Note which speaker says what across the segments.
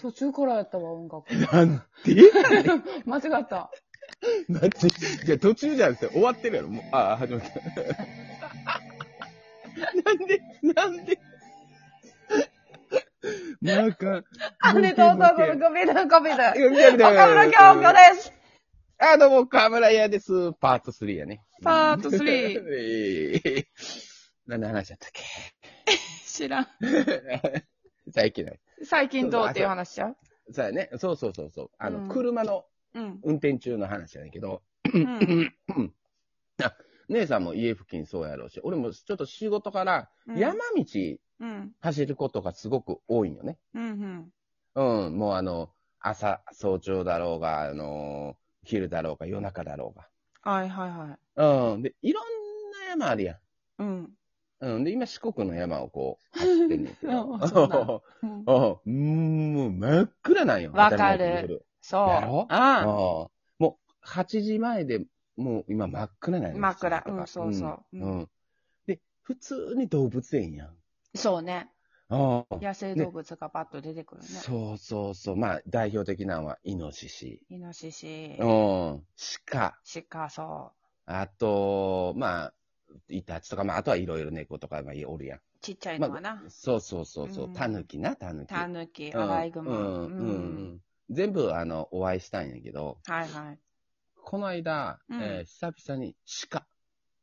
Speaker 1: 途中からやったわ、音 楽。
Speaker 2: なんで
Speaker 1: 間違った。
Speaker 2: なんでじゃあ途中じゃなくて終わってるやろ。もうああ、始まった。なんで、なんで。マーカー。
Speaker 1: ありがとうございます。ごめんなさい、ごめんなさい。
Speaker 2: みたいな。
Speaker 1: 岡村京子です。
Speaker 2: あ、どうも、河村屋です。パート3やね。
Speaker 1: パート3。
Speaker 2: 3。何の話やったっけ
Speaker 1: 知らん。
Speaker 2: 最近の。
Speaker 1: 最近どうっていう話ちゃう
Speaker 2: そうやね。そうそうそう。そうあの、
Speaker 1: うん
Speaker 2: 車の
Speaker 1: うん。
Speaker 2: 運転中の話やねんけど、
Speaker 1: うん。
Speaker 2: あ姉さんも家付近そうやろうし、俺もちょっと仕事から山道
Speaker 1: うん。
Speaker 2: 走ることがすごく多いんよね。
Speaker 1: うん。うん。
Speaker 2: うん、もうあの、朝、早朝だろうが、あの昼だろうが、夜中だろう
Speaker 1: はいはいはい。
Speaker 2: が。うん、で、いろんな山あるやん。
Speaker 1: うん。
Speaker 2: うん。で、今、四国の山をこう、走ってんねんけ
Speaker 1: うんそうなん
Speaker 2: ど。
Speaker 1: う ん
Speaker 2: うん。うんもう真っ暗なんよ。
Speaker 1: わかる
Speaker 2: 当たり前のように降。
Speaker 1: そう。
Speaker 2: やろうん
Speaker 1: あ
Speaker 2: もう、8時前でもう今真っ暗なん
Speaker 1: あ。
Speaker 2: よ。
Speaker 1: 真っ暗。
Speaker 2: 四国と
Speaker 1: うん、
Speaker 2: か
Speaker 1: そうそう。
Speaker 2: う
Speaker 1: うん
Speaker 2: ん。うんで、普通に動物園やん。
Speaker 1: そうね。
Speaker 2: ああ。
Speaker 1: 野生動物がパッと出てくるね。
Speaker 2: そうそうそう。まあ、代表的なのは、イノシシ。
Speaker 1: イノシシ
Speaker 2: う、ん。鹿。
Speaker 1: 鹿、そ
Speaker 2: あと、まあ、イタチとか、まあ、あとはいろいろ猫とか、まあ、おるやん。
Speaker 1: う。ちっちゃい
Speaker 2: ま
Speaker 1: のはな。
Speaker 2: あ、そうそうそうそうう。
Speaker 1: ん
Speaker 2: タヌキな、タヌキ。
Speaker 1: タヌキ、
Speaker 2: うん
Speaker 1: アライグマ。
Speaker 2: うんうんうん全部、あの、お会いしたんやけど、
Speaker 1: はいはい。
Speaker 2: この間、
Speaker 1: うん
Speaker 2: えー久々に鹿。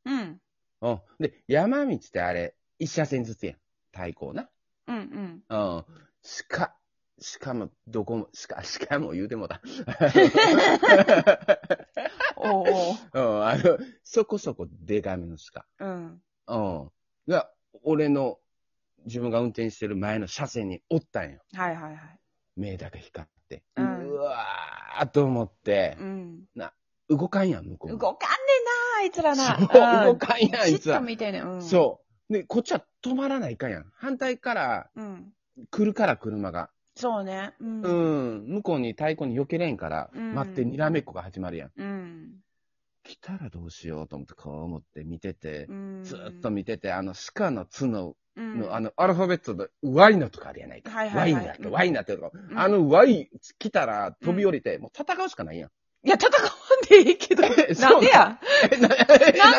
Speaker 1: うん。
Speaker 2: うん。で、山道ってあれ、一車線ずつやん。対向な。
Speaker 1: うんうん。
Speaker 2: うん。鹿。鹿も、どこも、鹿、鹿も言うて もだ。
Speaker 1: おうおう。
Speaker 2: うん、あの、そこそこでかめの
Speaker 1: うん。
Speaker 2: 鹿。うん。が、俺の、自分が運転してる前の車線におったんよ。
Speaker 1: はいはいはい。
Speaker 2: 目だけ光って。
Speaker 1: う
Speaker 2: うんわーと思って
Speaker 1: う、ん。
Speaker 2: 動かんやん、向こう
Speaker 1: 動
Speaker 2: も。
Speaker 1: かんねんなあいつらな。
Speaker 2: そう、動かんやん、あ
Speaker 1: ん
Speaker 2: い
Speaker 1: い
Speaker 2: つ
Speaker 1: つら。
Speaker 2: は
Speaker 1: みたいな。うん。
Speaker 2: そう。で、こっちは止まらないかんやん。反対から、
Speaker 1: う。うん。
Speaker 2: 来るから車が。
Speaker 1: そうね。う。
Speaker 2: うんん。向こうに太鼓に避けれんから、
Speaker 1: うん
Speaker 2: 待ってにらめっこが始まるやん。
Speaker 1: うん。
Speaker 2: 来たらどうしようと思って、こう思って見てて
Speaker 1: う、ん。
Speaker 2: ずーっと見てて、あの、鹿の角
Speaker 1: うん、
Speaker 2: の、あの、アルファベットの Y のとかあるやないか。
Speaker 1: はいは
Speaker 2: Y
Speaker 1: い
Speaker 2: に
Speaker 1: は
Speaker 2: な
Speaker 1: い
Speaker 2: って、
Speaker 1: うん
Speaker 2: Y になってとか。
Speaker 1: うん
Speaker 2: あの Y 来たら飛び降りて、もう戦うしかないやん。
Speaker 1: いや、戦わんでいいけど。なんでや
Speaker 2: え な
Speaker 1: なん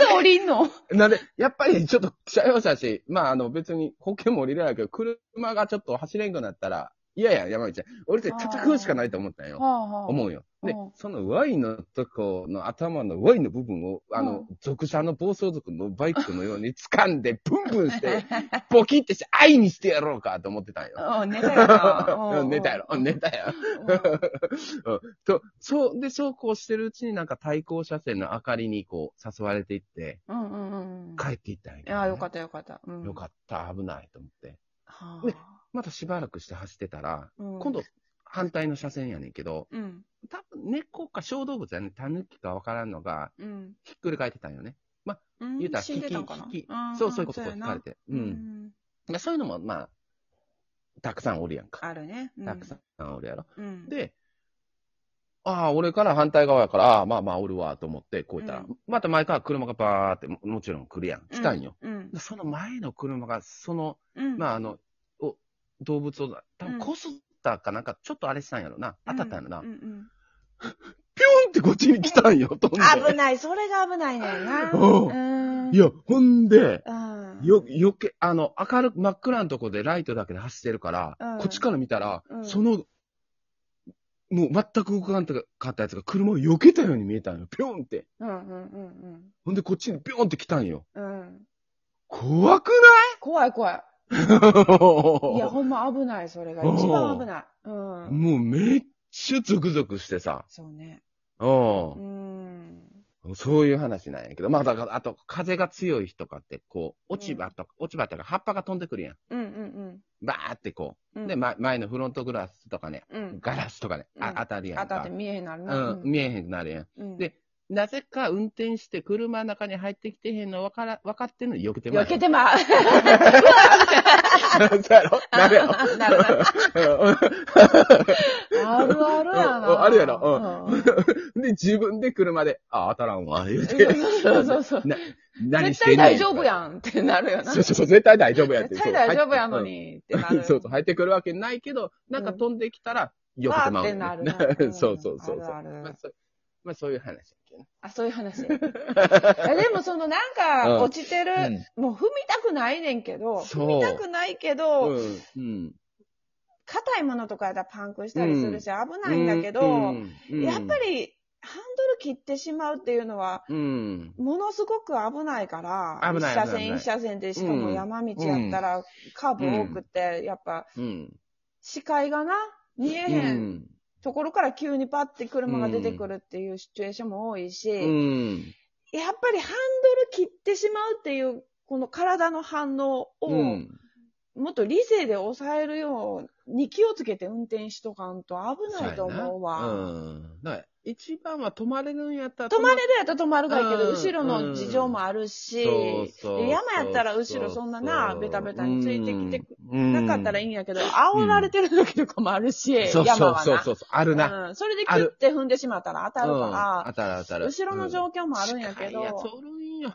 Speaker 1: で降りんの
Speaker 2: なんで、やっぱりちょっと車用車し、まああの別に保険も降りれないけど、車がちょっと走れんくなったら、いやいや、山道ちゃん、俺って戦うしかないと思ったんよ。思
Speaker 1: 思う。
Speaker 2: うよ。で
Speaker 1: うん、
Speaker 2: その Y のとこの頭の Y の部分を、あ
Speaker 1: うん
Speaker 2: の、属者の暴走族のバイクのように掴ん で、ブンブンして、ボキってして、愛にしてやろうかと思ってたんよ。
Speaker 1: うん、寝た やな。
Speaker 2: 寝たやろ、寝たやろ。
Speaker 1: ろ。
Speaker 2: うんと、そう、で、そうこうしてるうちになんか対向車線の明かりにこう誘われていって、
Speaker 1: うんうんうんうん。
Speaker 2: 帰っていったんやけ
Speaker 1: い
Speaker 2: どね。
Speaker 1: や、よかったよかった。うん
Speaker 2: よかった、危ないと思って。
Speaker 1: は
Speaker 2: ねまたしばらくして走ってたら、
Speaker 1: あうん
Speaker 2: 今度、反対の車線やねんけど、
Speaker 1: うん。
Speaker 2: 多分猫か小動物やね、タヌキかわからんのが、
Speaker 1: うん。
Speaker 2: ひっくり返ってたんよね。
Speaker 1: うん
Speaker 2: 言うたら、
Speaker 1: 死
Speaker 2: 引
Speaker 1: ん
Speaker 2: き、
Speaker 1: でたんかな
Speaker 2: 引き
Speaker 1: ん。
Speaker 2: そう、そういうこと
Speaker 1: ん
Speaker 2: こう
Speaker 1: や
Speaker 2: 聞
Speaker 1: な
Speaker 2: かれて。う。
Speaker 1: うんん。
Speaker 2: まあそういうのも、まあ、たくさんおるやんか。
Speaker 1: あるね。
Speaker 2: たくさんおるやろ。
Speaker 1: ん。うん。
Speaker 2: で、ああ、俺から反対側やから、ああ、まあまあおるわ、と思って、こういったら、
Speaker 1: うん
Speaker 2: また前から車がバーっても、もちろん来るやん。来たんよ。
Speaker 1: うん。
Speaker 2: でその前の車が、その、
Speaker 1: うん。
Speaker 2: まあ、あの、お動物を、多分こすったかなんか、ちょっとあれしたんやろな。当たったんやろな。
Speaker 1: う
Speaker 2: ピ
Speaker 1: んうん
Speaker 2: ョンってこっちに来たんよ、飛ん
Speaker 1: 危
Speaker 2: で。
Speaker 1: ない、それが危ないねんな。
Speaker 2: おう
Speaker 1: うん。
Speaker 2: いや、ほんで、
Speaker 1: うん。
Speaker 2: よ、よけ、あの、明るく、真っ暗なとこでライトだけで走ってるから、
Speaker 1: うん
Speaker 2: こっちから見たら、
Speaker 1: うん
Speaker 2: その、もう全く動かんかったやつが車を避けたように見えたんよ、ピョンって。
Speaker 1: うんうんうん
Speaker 2: ほんで、こっちにピョンって来たんよ。
Speaker 1: うん。うん。
Speaker 2: 怖く
Speaker 1: 怖い怖い。
Speaker 2: ない
Speaker 1: いや、ほんま危ない、それが。一番危ない。うん。
Speaker 2: もうめっちゃゾクゾクしてさ。
Speaker 1: そうね。
Speaker 2: うん
Speaker 1: う。ん。
Speaker 2: そういう話なんやけど、まあだから、あと、風が強い日とかって、こう、落ち葉とか、落ち葉とか葉っぱが飛んでくるやん。
Speaker 1: うんうん
Speaker 2: バーってこ
Speaker 1: う
Speaker 2: う。
Speaker 1: ん。
Speaker 2: で、ま、前のフロントグラスとかね、
Speaker 1: うん。
Speaker 2: ガラスとかね、
Speaker 1: うん
Speaker 2: あ当たるや
Speaker 1: 当
Speaker 2: んか。
Speaker 1: たって見えへんなる
Speaker 2: う
Speaker 1: な。
Speaker 2: ん、見えへんくなるやん。
Speaker 1: うん。
Speaker 2: で、なぜか運転して車の中に入ってきてへんの分から、分かってんのに避けてまうや
Speaker 1: 避
Speaker 2: ん。
Speaker 1: け てまう。
Speaker 2: そうや ろなるやろ
Speaker 1: なるなる
Speaker 2: うん
Speaker 1: あるあるや
Speaker 2: うん
Speaker 1: な。
Speaker 2: あるやろ
Speaker 1: うん。
Speaker 2: で、自分で車で、あ、当たらんわ、言うて。
Speaker 1: そうそうそう。
Speaker 2: な何
Speaker 1: 絶
Speaker 2: して
Speaker 1: 対
Speaker 2: んねん。
Speaker 1: 大丈夫やんってなるよな。
Speaker 2: そうそうそう、絶対大丈夫やって。
Speaker 1: 絶対大丈夫や
Speaker 2: そう
Speaker 1: の
Speaker 2: 入っ
Speaker 1: にってなる。
Speaker 2: そうそう、入ってくるわけないけど、なんか飛んできたら、避けてまうねん。
Speaker 1: わーってなるな
Speaker 2: そうそうそうそう。
Speaker 1: あるある
Speaker 2: まあ、そうまあそういう話やけどね
Speaker 1: あ、そういう 話。えでもそのなんか、
Speaker 2: うん
Speaker 1: 落ちてる、もう踏みたくないねんけど、
Speaker 2: そう
Speaker 1: 踏みたくないけ
Speaker 2: う
Speaker 1: ど、
Speaker 2: ん。うん。
Speaker 1: 硬いものとかやったらパンクしたりするし、危
Speaker 2: う
Speaker 1: ないんだけど、
Speaker 2: ん、
Speaker 1: やっぱ
Speaker 2: り、
Speaker 1: り、ハンドル切ってしまうっていうのは、
Speaker 2: うん。
Speaker 1: ものすごく危ないから、
Speaker 2: 危ない
Speaker 1: 一車
Speaker 2: 危ない
Speaker 1: 線一車線で、しかも
Speaker 2: うん
Speaker 1: 山道やったら、カーブ多くて、やっぱ、
Speaker 2: うん。
Speaker 1: 視界がな、見え
Speaker 2: う
Speaker 1: へん
Speaker 2: ん。
Speaker 1: ところから急にパッて車が出てくるっていうシチュエーションも多いし、
Speaker 2: うん。
Speaker 1: やっぱりハンドル切ってしまうっていう、この体の反応を、
Speaker 2: うん。
Speaker 1: もっと理性で抑えるように気をつけて運転しとかんと危ないと思う
Speaker 2: そや
Speaker 1: わ。
Speaker 2: なうん。だから、一番は止まれるんやったら
Speaker 1: 止まれるやったら止まるがいいけど、
Speaker 2: うん
Speaker 1: 後ろの事情もあるし、
Speaker 2: そうそう
Speaker 1: で山やったら後ろそんなな、ベタベタについてきてなかったらいいん
Speaker 2: や
Speaker 1: やけど、煽られてる時とかもあるし、
Speaker 2: そう
Speaker 1: 山
Speaker 2: そう
Speaker 1: はな。
Speaker 2: そうそうそう。あるな。
Speaker 1: うん、それでキ
Speaker 2: あ
Speaker 1: ュッ
Speaker 2: る
Speaker 1: て踏んでしまったら当たる
Speaker 2: うん
Speaker 1: か
Speaker 2: 当たる当た
Speaker 1: ら、
Speaker 2: る。
Speaker 1: 後ろの状況もあるんやけ
Speaker 2: 近いやつ
Speaker 1: ど、
Speaker 2: おるんよ。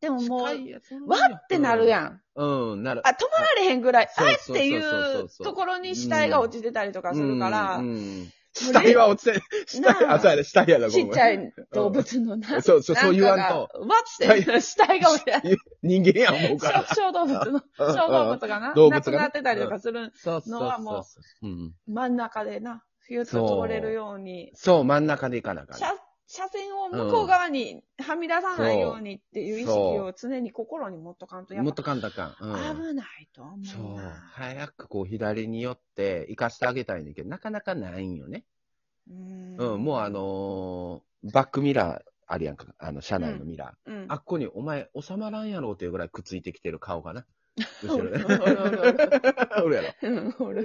Speaker 1: でももう、わ
Speaker 2: 近いやつおるんよ
Speaker 1: ってなるやん。
Speaker 2: うん。うん、なる。
Speaker 1: あ、止まられへんぐらい、
Speaker 2: そ
Speaker 1: あ
Speaker 2: う
Speaker 1: っ
Speaker 2: そうそう
Speaker 1: てい
Speaker 2: そうそう
Speaker 1: うところに死体が落ちてたりとかするから
Speaker 2: うん、うん死体は落ちて、死体、
Speaker 1: なあ
Speaker 2: あ、そうやで、死体やだ、
Speaker 1: ちっちゃ
Speaker 2: い。
Speaker 1: い動物のな、
Speaker 2: そうそう、そう言わん
Speaker 1: な
Speaker 2: と
Speaker 1: か。がわって、死体が落ちて、
Speaker 2: 人間や思うから。
Speaker 1: 小小動物
Speaker 2: う
Speaker 1: の、
Speaker 2: んうん
Speaker 1: 小動物がな、
Speaker 2: 動物が
Speaker 1: 亡
Speaker 2: ね
Speaker 1: くなってたりとかする
Speaker 2: そう
Speaker 1: のはもう
Speaker 2: そうそう。うん。
Speaker 1: 真ん中でな、ふゆっと通れるように、
Speaker 2: そう、真ん中で行かなあかん。
Speaker 1: 車、車線を向こう側にはみ出さないようにっていう意識を常に心に持っとかんと、やっ
Speaker 2: もっ
Speaker 1: ぱ
Speaker 2: とかんだかん。うん。
Speaker 1: 危ないと思
Speaker 2: そうう
Speaker 1: な。。
Speaker 2: 早くこう左に寄って行かしてあげたいねんだけど、なかなかないんよね。
Speaker 1: うん
Speaker 2: うん、もうあ、のーバックミラーあるやんか。あの、車内のミラー。
Speaker 1: うん、
Speaker 2: あっこにお前収まらんやろっていうぐらいくっついてきてる顔がな。後ろね。 おるやろ。
Speaker 1: うん、俺。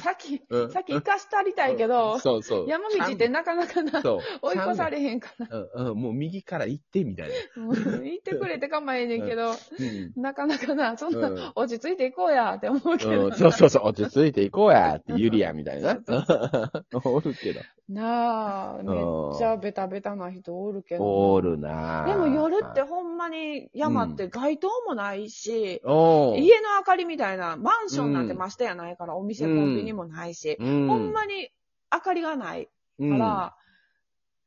Speaker 1: さっき、
Speaker 2: うん
Speaker 1: さっき生かしたりたいけど、
Speaker 2: そうそう。
Speaker 1: 山道ってなかなかな、
Speaker 2: そう。
Speaker 1: 追い越されへんから、
Speaker 2: うん、うん、もう右から行ってみたい な。
Speaker 1: うん行ってくれてかまええねんけど、
Speaker 2: うん。
Speaker 1: なかなかな、そん
Speaker 2: う
Speaker 1: なん落ち着いていこうやって思うけ
Speaker 2: う
Speaker 1: ど
Speaker 2: ん、。そうそうそう、落ち着いていこうや、ってユリアみたいな
Speaker 1: そ。
Speaker 2: おるけど。
Speaker 1: なあ、めっちゃベタベタな人おるけど。
Speaker 2: おるなぁ
Speaker 1: でも夜って、ほんまに山って街灯もないし、
Speaker 2: おう
Speaker 1: 家の明かりみたいな、マンションなんてましてやないから、お店、コンビニもないし、
Speaker 2: うん、
Speaker 1: ほんまに明かりがない
Speaker 2: に
Speaker 1: から、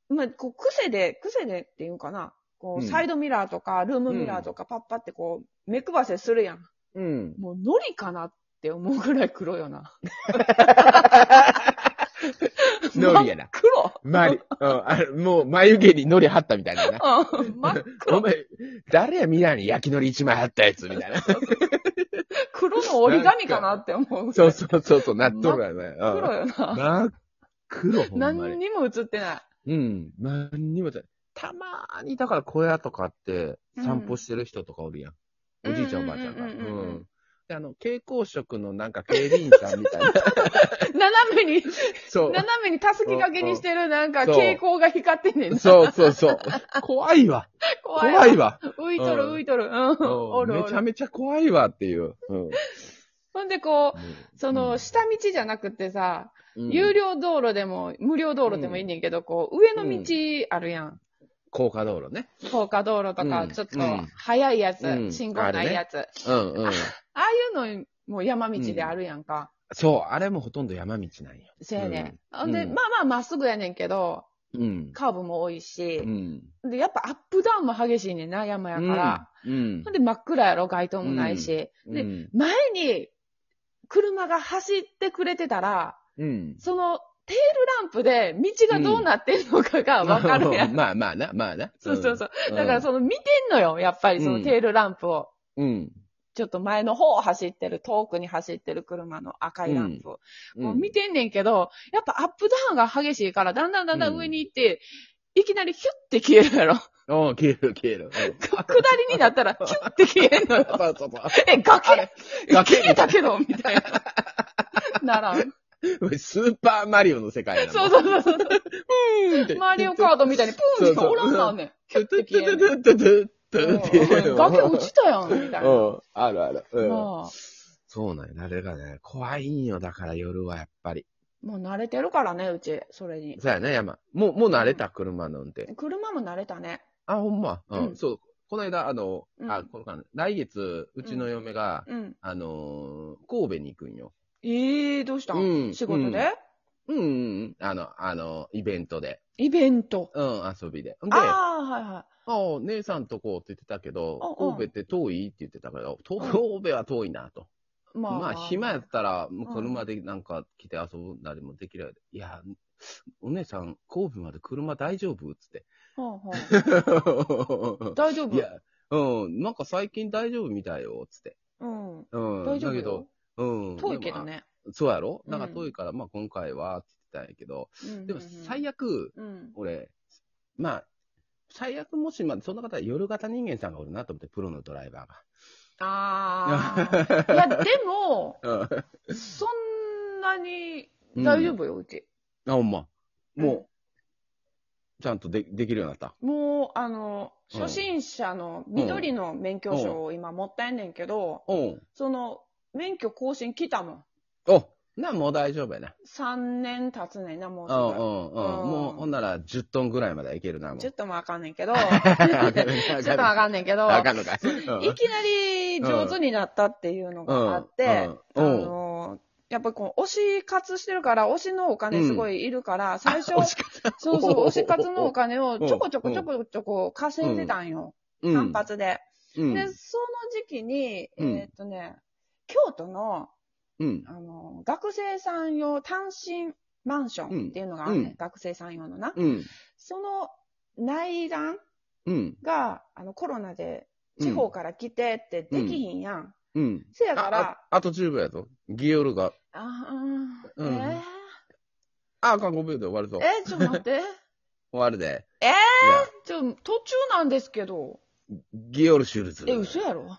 Speaker 1: まあ、こう、癖で、癖でっていうんかな、こう、
Speaker 2: うん
Speaker 1: サイドミラーとか、ルームミラーとか、パッパってこう、目配せするやん。
Speaker 2: うん。
Speaker 1: もう、ノリかなって思うぐらい黒よな。
Speaker 2: ノリやな。
Speaker 1: 黒
Speaker 2: 周り、うん、あれもう眉毛にノリ貼ったみたいなな。
Speaker 1: うん真っ
Speaker 2: お
Speaker 1: 黒。
Speaker 2: 前、誰やミラーに焼きのり一枚貼ったやつみ たいな。
Speaker 1: 黒の折り紙かなって思う。
Speaker 2: そうそうそう、そうなっとるわね。うん
Speaker 1: 黒よな。
Speaker 2: 真っ黒、ほんま
Speaker 1: 何
Speaker 2: に。
Speaker 1: にも映ってない。
Speaker 2: うん。何にもじゃないたまーに、だから小屋とかって散歩してる人とかおるやん。
Speaker 1: うん
Speaker 2: おじいちゃんおばあちゃんが。
Speaker 1: う
Speaker 2: うん
Speaker 1: うんうんうん
Speaker 2: ん。で、あの、蛍光色のなんか警備員さんみたい な。
Speaker 1: 斜めに、
Speaker 2: そう。
Speaker 1: 斜めにたすき掛けにしてるなんか
Speaker 2: そう
Speaker 1: 蛍光が光ってんねんな。
Speaker 2: そうそうそう。怖いわ。
Speaker 1: 怖いわ。
Speaker 2: 怖いわ。
Speaker 1: 浮いとる
Speaker 2: うん
Speaker 1: 浮いとる。うん。
Speaker 2: うん
Speaker 1: おるお
Speaker 2: めちゃ
Speaker 1: る。
Speaker 2: めちゃ怖いわっていう。うん
Speaker 1: ほんでこう、その、、下道じゃなくてさ、
Speaker 2: うん
Speaker 1: 有料道路でも、無料道路でもいいねんけど、こう、上の道あるやん。
Speaker 2: 高架道路ね。
Speaker 1: 高架道路とか、
Speaker 2: うん
Speaker 1: ちょっと
Speaker 2: うん、
Speaker 1: 速いやつ、
Speaker 2: うん
Speaker 1: 信号ないやつ。
Speaker 2: う
Speaker 1: あ,、
Speaker 2: ん うん。
Speaker 1: あいうのも山道であるやんか。
Speaker 2: そう、あれもほとんど山道なんよ。
Speaker 1: せやね、
Speaker 2: うん
Speaker 1: ん。ほんで、
Speaker 2: うん
Speaker 1: まあまあまっすぐやねんけど、
Speaker 2: うん。
Speaker 1: カーブも多いし、
Speaker 2: うん。
Speaker 1: で、やっぱアップダウンも激しいねんな、山やから。
Speaker 2: うん。
Speaker 1: ほんで、真っ暗やろ、街灯もないし。
Speaker 2: うん、
Speaker 1: で、前に、車が走ってくれてたら、
Speaker 2: うん。
Speaker 1: その、テールランプで道がどうなってんのかがわかるや ん。
Speaker 2: まあまあな、まあな。
Speaker 1: そうそうそう。
Speaker 2: うん。
Speaker 1: だからその見てんのよ、やっぱりそのテールランプを。
Speaker 2: うん。
Speaker 1: ちょっと前の方を走ってる、遠くに走ってる車の赤いランプを。もう見てんねんけど、やっぱアップダウンが激しいから、だんだんだんだん上に行って、いきなりヒュッて消えるや ろ。
Speaker 2: うん、消える、消 える。うん
Speaker 1: 下りになったら、キュッて消えんのよ。
Speaker 2: そうそうそう。
Speaker 1: え、
Speaker 2: あ
Speaker 1: 崖
Speaker 2: れ崖
Speaker 1: 消えたけどみたいな。ならん。
Speaker 2: スーパーマリオの世界やな。
Speaker 1: そうそうそうそう。
Speaker 2: うーんって
Speaker 1: マリオカードみたいにプーンしかおらんなんねん。
Speaker 2: トゥトゥトゥトゥトゥトゥトゥっていう
Speaker 1: うん
Speaker 2: の
Speaker 1: 崖落ちたやん、みたいな。
Speaker 2: うん。あるある。うん。
Speaker 1: まあ、
Speaker 2: そうなんよ。あれがね、怖いんよ。だから夜はやっぱり。
Speaker 1: もう慣れてるからね、うち、それに。
Speaker 2: そうやね、山。もう、もう慣れた、車の運転。
Speaker 1: 車も慣れたね。
Speaker 2: あ、ほんま。う
Speaker 1: うん
Speaker 2: ん。そう。この間、あの、
Speaker 1: う
Speaker 2: あ、
Speaker 1: ん
Speaker 2: この間、来月、うちの嫁が、
Speaker 1: うん。
Speaker 2: あのー、神戸に行くんよ。
Speaker 1: ええどうしたん、
Speaker 2: うん
Speaker 1: 仕事で、
Speaker 2: うんうんうん。あの、あの、イベントで。
Speaker 1: イベント。
Speaker 2: うん、遊びで。で、あ
Speaker 1: ああ、はいは
Speaker 2: あ、姉さんとこって言ってたけど、
Speaker 1: うんうん
Speaker 2: 神戸って遠いって言ってたけど、と
Speaker 1: うん
Speaker 2: 神戸は遠いなと。
Speaker 1: い。まあ、
Speaker 2: まあ、暇やったら、
Speaker 1: う
Speaker 2: も
Speaker 1: ん
Speaker 2: う車でなんか来て遊ぶなりもできるやでいや、お姉さん、神戸まで車大丈夫つっ て。
Speaker 1: はあは あ大丈夫
Speaker 2: いや、うん、なんか最近大丈夫みたいよ、つって。
Speaker 1: うん。
Speaker 2: うん、
Speaker 1: 大丈
Speaker 2: だ
Speaker 1: 夫よ
Speaker 2: けど、うん。
Speaker 1: 遠いけど
Speaker 2: でも。
Speaker 1: ね。
Speaker 2: あそうやろ
Speaker 1: うん
Speaker 2: なんか遠いから、まあ今回は、って言ってたんやけど、でも最
Speaker 1: 悪。
Speaker 2: 悪、
Speaker 1: うん。
Speaker 2: 俺、まあ、最悪もし、まあ、そんな方は夜型人間さんがおるなと思って、プロのドライバ
Speaker 1: ああ。
Speaker 2: ー
Speaker 1: い
Speaker 2: が。
Speaker 1: や、でも、そんなに大丈
Speaker 2: 夫
Speaker 1: 夫よ、うち。
Speaker 2: あ、ほんま。もう、ちゃんとでできるようになった。
Speaker 1: もう、あの、
Speaker 2: うん
Speaker 1: 初心者の緑の免許証を今持ったんねんけど、
Speaker 2: うん。
Speaker 1: その、免許更新来たもん。
Speaker 2: おな、もう大丈夫やな。
Speaker 1: 3年経つねんな、もう
Speaker 2: う
Speaker 1: す
Speaker 2: ん
Speaker 1: ぐ。
Speaker 2: うんうん。
Speaker 1: うん
Speaker 2: もう、ほんなら10トンぐらいまでいけるな、もう。
Speaker 1: ちょっともあかんね んけど、
Speaker 2: あかん
Speaker 1: ちょっとあかんねんけど、
Speaker 2: あかんのかい。
Speaker 1: いきなり上手になったっていうのがあって、
Speaker 2: うんうんうん
Speaker 1: あのやっぱりこう、推し活してるから、推しのお金すごいいるから、最初、
Speaker 2: 押し方
Speaker 1: そうそう、推し活のお金をちょこちょこ
Speaker 2: うん
Speaker 1: ちょこちょこ稼いでたんよ。単発で。
Speaker 2: うん。
Speaker 1: で、その時期に、え
Speaker 2: うん
Speaker 1: ーっとね、京都の、
Speaker 2: うん。
Speaker 1: あの、学生さん用単身マンションっていうのがあるね、
Speaker 2: うんうん
Speaker 1: 学生さん用のな。
Speaker 2: うん。
Speaker 1: その内覧
Speaker 2: うん。
Speaker 1: が、あの、コロナで地方から来てってできひんやん。
Speaker 2: うん。
Speaker 1: せや
Speaker 2: あ
Speaker 1: から、
Speaker 2: あ、あと10秒やぞ。ギオルが。
Speaker 1: ああー、
Speaker 2: うん
Speaker 1: え
Speaker 2: あ、あかん、5秒で終わるぞ
Speaker 1: ー、。えー、ちょっと 待って。
Speaker 2: 終わるで。
Speaker 1: えー
Speaker 2: え
Speaker 1: ちょ、途中なんですけど。
Speaker 2: ギオルシュルツ。
Speaker 1: え、嘘やろ